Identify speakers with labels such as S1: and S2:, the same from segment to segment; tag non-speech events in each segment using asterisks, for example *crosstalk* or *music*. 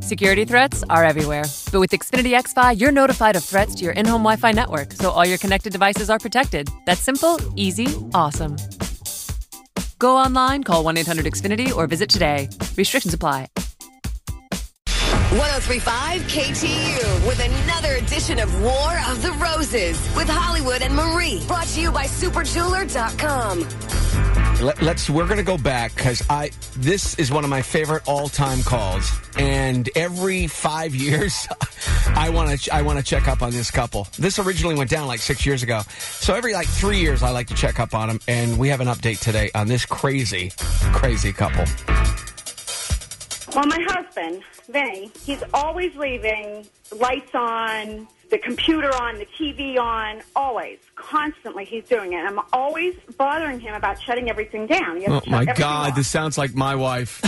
S1: Security threats are everywhere. But with Xfinity XFi, you're notified of threats to your in home Wi Fi network, so all your connected devices are protected. That's simple, easy, awesome. Go online, call 1 800 Xfinity, or visit today. Restrictions apply.
S2: 1035 KTU with another edition of War of the Roses with Hollywood and Marie. Brought to you by superjeweler.com.
S3: Let, us we're going to go back because I this is one of my favorite all time calls, and every five *laughs* years, I want to I want to check up on this couple. This originally went down like six years ago, so every like three years, I like to check up on them, and we have an update today on this crazy, crazy couple.
S4: Well, my husband, Vinny, he's always leaving lights on, the computer on, the TV on, always, constantly he's doing it. I'm always bothering him about shutting everything down. He has
S5: Oh
S4: to shut
S5: my
S4: everything
S5: God,
S4: off.
S5: this sounds like my wife.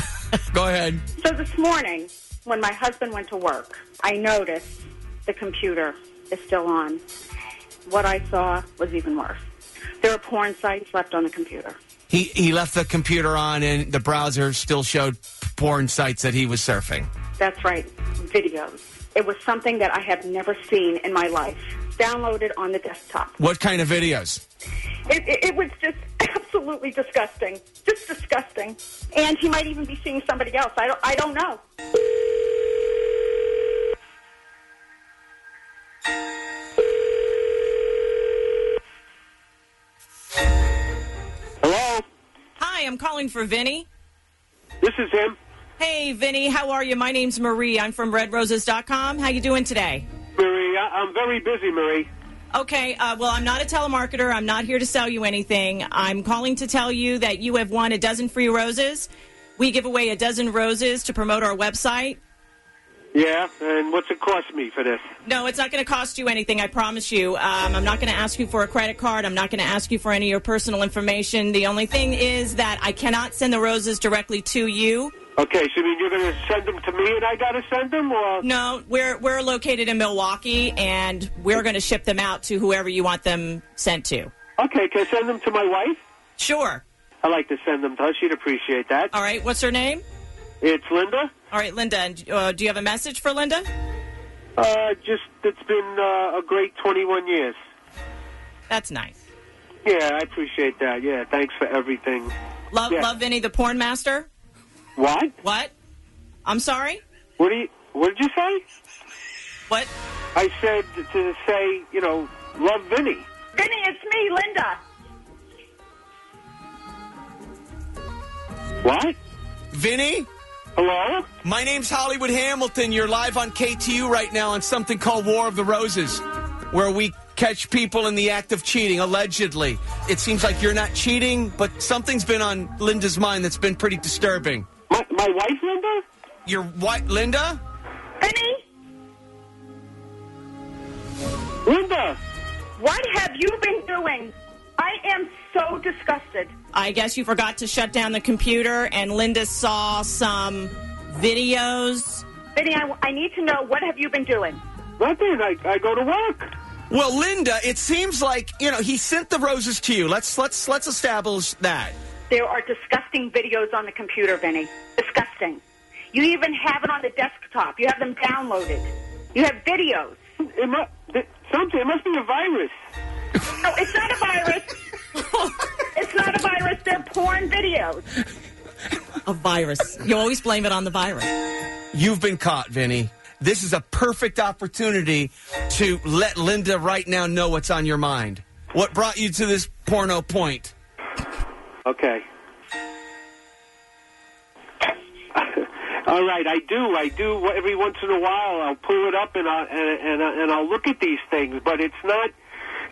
S5: Go ahead.
S4: So this morning, when my husband went to work, I noticed the computer is still on. What I saw was even worse. There were porn sites left on the computer.
S3: He he left the computer on, and the browser still showed porn sites that he was surfing.
S4: That's right, videos. It was something that I have never seen in my life, downloaded on the desktop.
S5: What kind of videos?
S4: It, it, it was just *laughs* absolutely disgusting, just disgusting. And he might even be seeing somebody else. I don't, I don't know.
S6: Hello,
S7: Hi, I'm calling for Vinny.
S6: this is him.
S7: Hey, Vinny, how are you? My name's Marie. I'm from RedRoses.com. How you doing today?
S6: Marie, I- I'm very busy, Marie.
S7: Okay, uh, well, I'm not a telemarketer. I'm not here to sell you anything. I'm calling to tell you that you have won a dozen free roses. We give away a dozen roses to promote our website.
S6: Yeah, and what's it cost me for this?
S7: No, it's not going to cost you anything, I promise you. Um, I'm not going to ask you for a credit card. I'm not going to ask you for any of your personal information. The only thing is that I cannot send the roses directly to you.
S6: Okay, so you mean you're going to send them to me and I got to send them? Or
S7: No, we're we're located in Milwaukee, and we're going to ship them out to whoever you want them sent to.
S6: Okay, can I send them to my wife?
S7: Sure.
S6: I like to send them to her. She'd appreciate that.
S7: All right. What's her name?
S6: It's Linda.
S7: All right, Linda. and, Uh, do you have a message for Linda?
S6: Uh, just, it's been uh, a great 21 years.
S7: That's nice.
S6: Yeah, I appreciate that. Yeah, thanks for everything.
S7: Love,
S6: Yeah.
S7: love, Vinny the porn master.
S6: What?
S7: What? I'm sorry.
S6: What do you, what did you say?
S7: What?
S6: I said to say, you know, love Vinny.
S4: Vinny, it's me, Linda.
S6: What?
S5: Vinny,
S6: Hello?
S5: my name's Hollywood Hamilton. You're live on KTU right now on something called War of the Roses, where we catch people in the act of cheating, allegedly. It seems like you're not cheating, but something's been on Linda's mind that's been pretty disturbing.
S6: My, my wife, Linda?
S5: Your wife, Linda?
S4: Vinny,
S6: Linda!
S4: what have you been doing? I am so disgusted.
S7: I guess you forgot to shut down the computer, and Linda saw some videos.
S4: Vinny, I, I need to know what have you been doing?
S6: Nothing. I, I go to work.
S5: Well, Linda, it seems like you know he sent the roses to you. Let's let's let's establish that.
S4: There are disgusting videos on the computer, Vinny. Disgusting. You even have it on the desktop. You have them downloaded. You have videos.
S6: It must, something. It must be a virus.
S4: No, it's not a *laughs* virus. it's not a virus. They're porn videos.
S7: A virus. You always blame it on the virus.
S5: You've been caught, Vinny. This is a perfect opportunity to let Linda right now know what's on your mind. What brought you to this porno point?
S6: Okay. *laughs* All right, I do. I do. Every once in a while, I'll pull it up and I and and, I- and I'll look at these things. But it's not,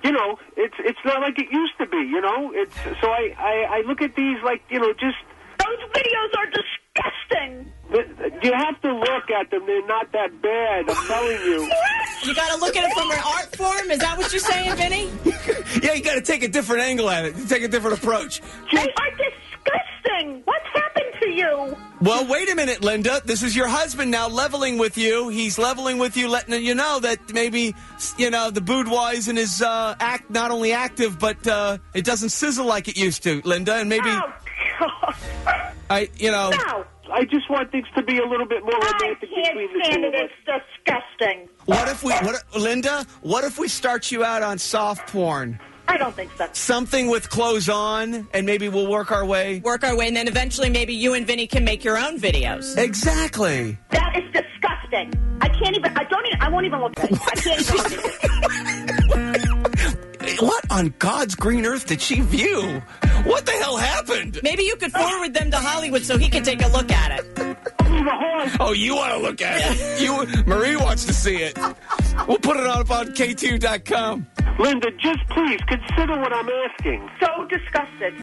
S6: you know, it's it's not like it used to be. You know, it's so I I, I look at these like you know just.
S4: Those videos are disgusting.
S6: You have to look at them. They're not that bad. I'm telling
S8: *laughs*
S6: you.
S7: You got to look at it from an art form. Is that what you're saying, Vinny?
S5: Yeah, you got to take a different angle at it. Take a different approach.
S4: They are disgusting. What's happened to you?
S5: Well, wait a minute, Linda. This is your husband now leveling with you. He's leveling with you, letting you know that maybe you know the boudoir is in his uh, act not only active, but uh, it doesn't sizzle like it used to, Linda. And maybe
S4: Oh, God.
S5: I, you know,
S4: No.
S6: I just want things to be a little bit more
S8: I
S6: romantic between
S8: can't
S6: the
S8: stand
S6: two
S8: it.
S6: of us.
S8: It's disgusting.
S5: What if we, what, Linda? What if we start you out on soft porn?
S8: I don't think so.
S5: Something with clothes on, and maybe we'll work our way.
S7: Work our way, and then eventually maybe you and Vinny can make your own videos.
S5: Exactly.
S8: That is disgusting. I can't even. I don't even. I won't even look at it. I can't
S5: *laughs*
S8: even. Look at it.
S5: What on God's green earth did she view? What the hell happened?
S7: Maybe you could forward them to Hollywood so he can take a look at it.
S6: The whole
S5: Oh, you want to look at it? You, Marie wants to see it. We'll put it up on k2.com.
S6: Linda, just please consider what I'm asking.
S8: So disgusted.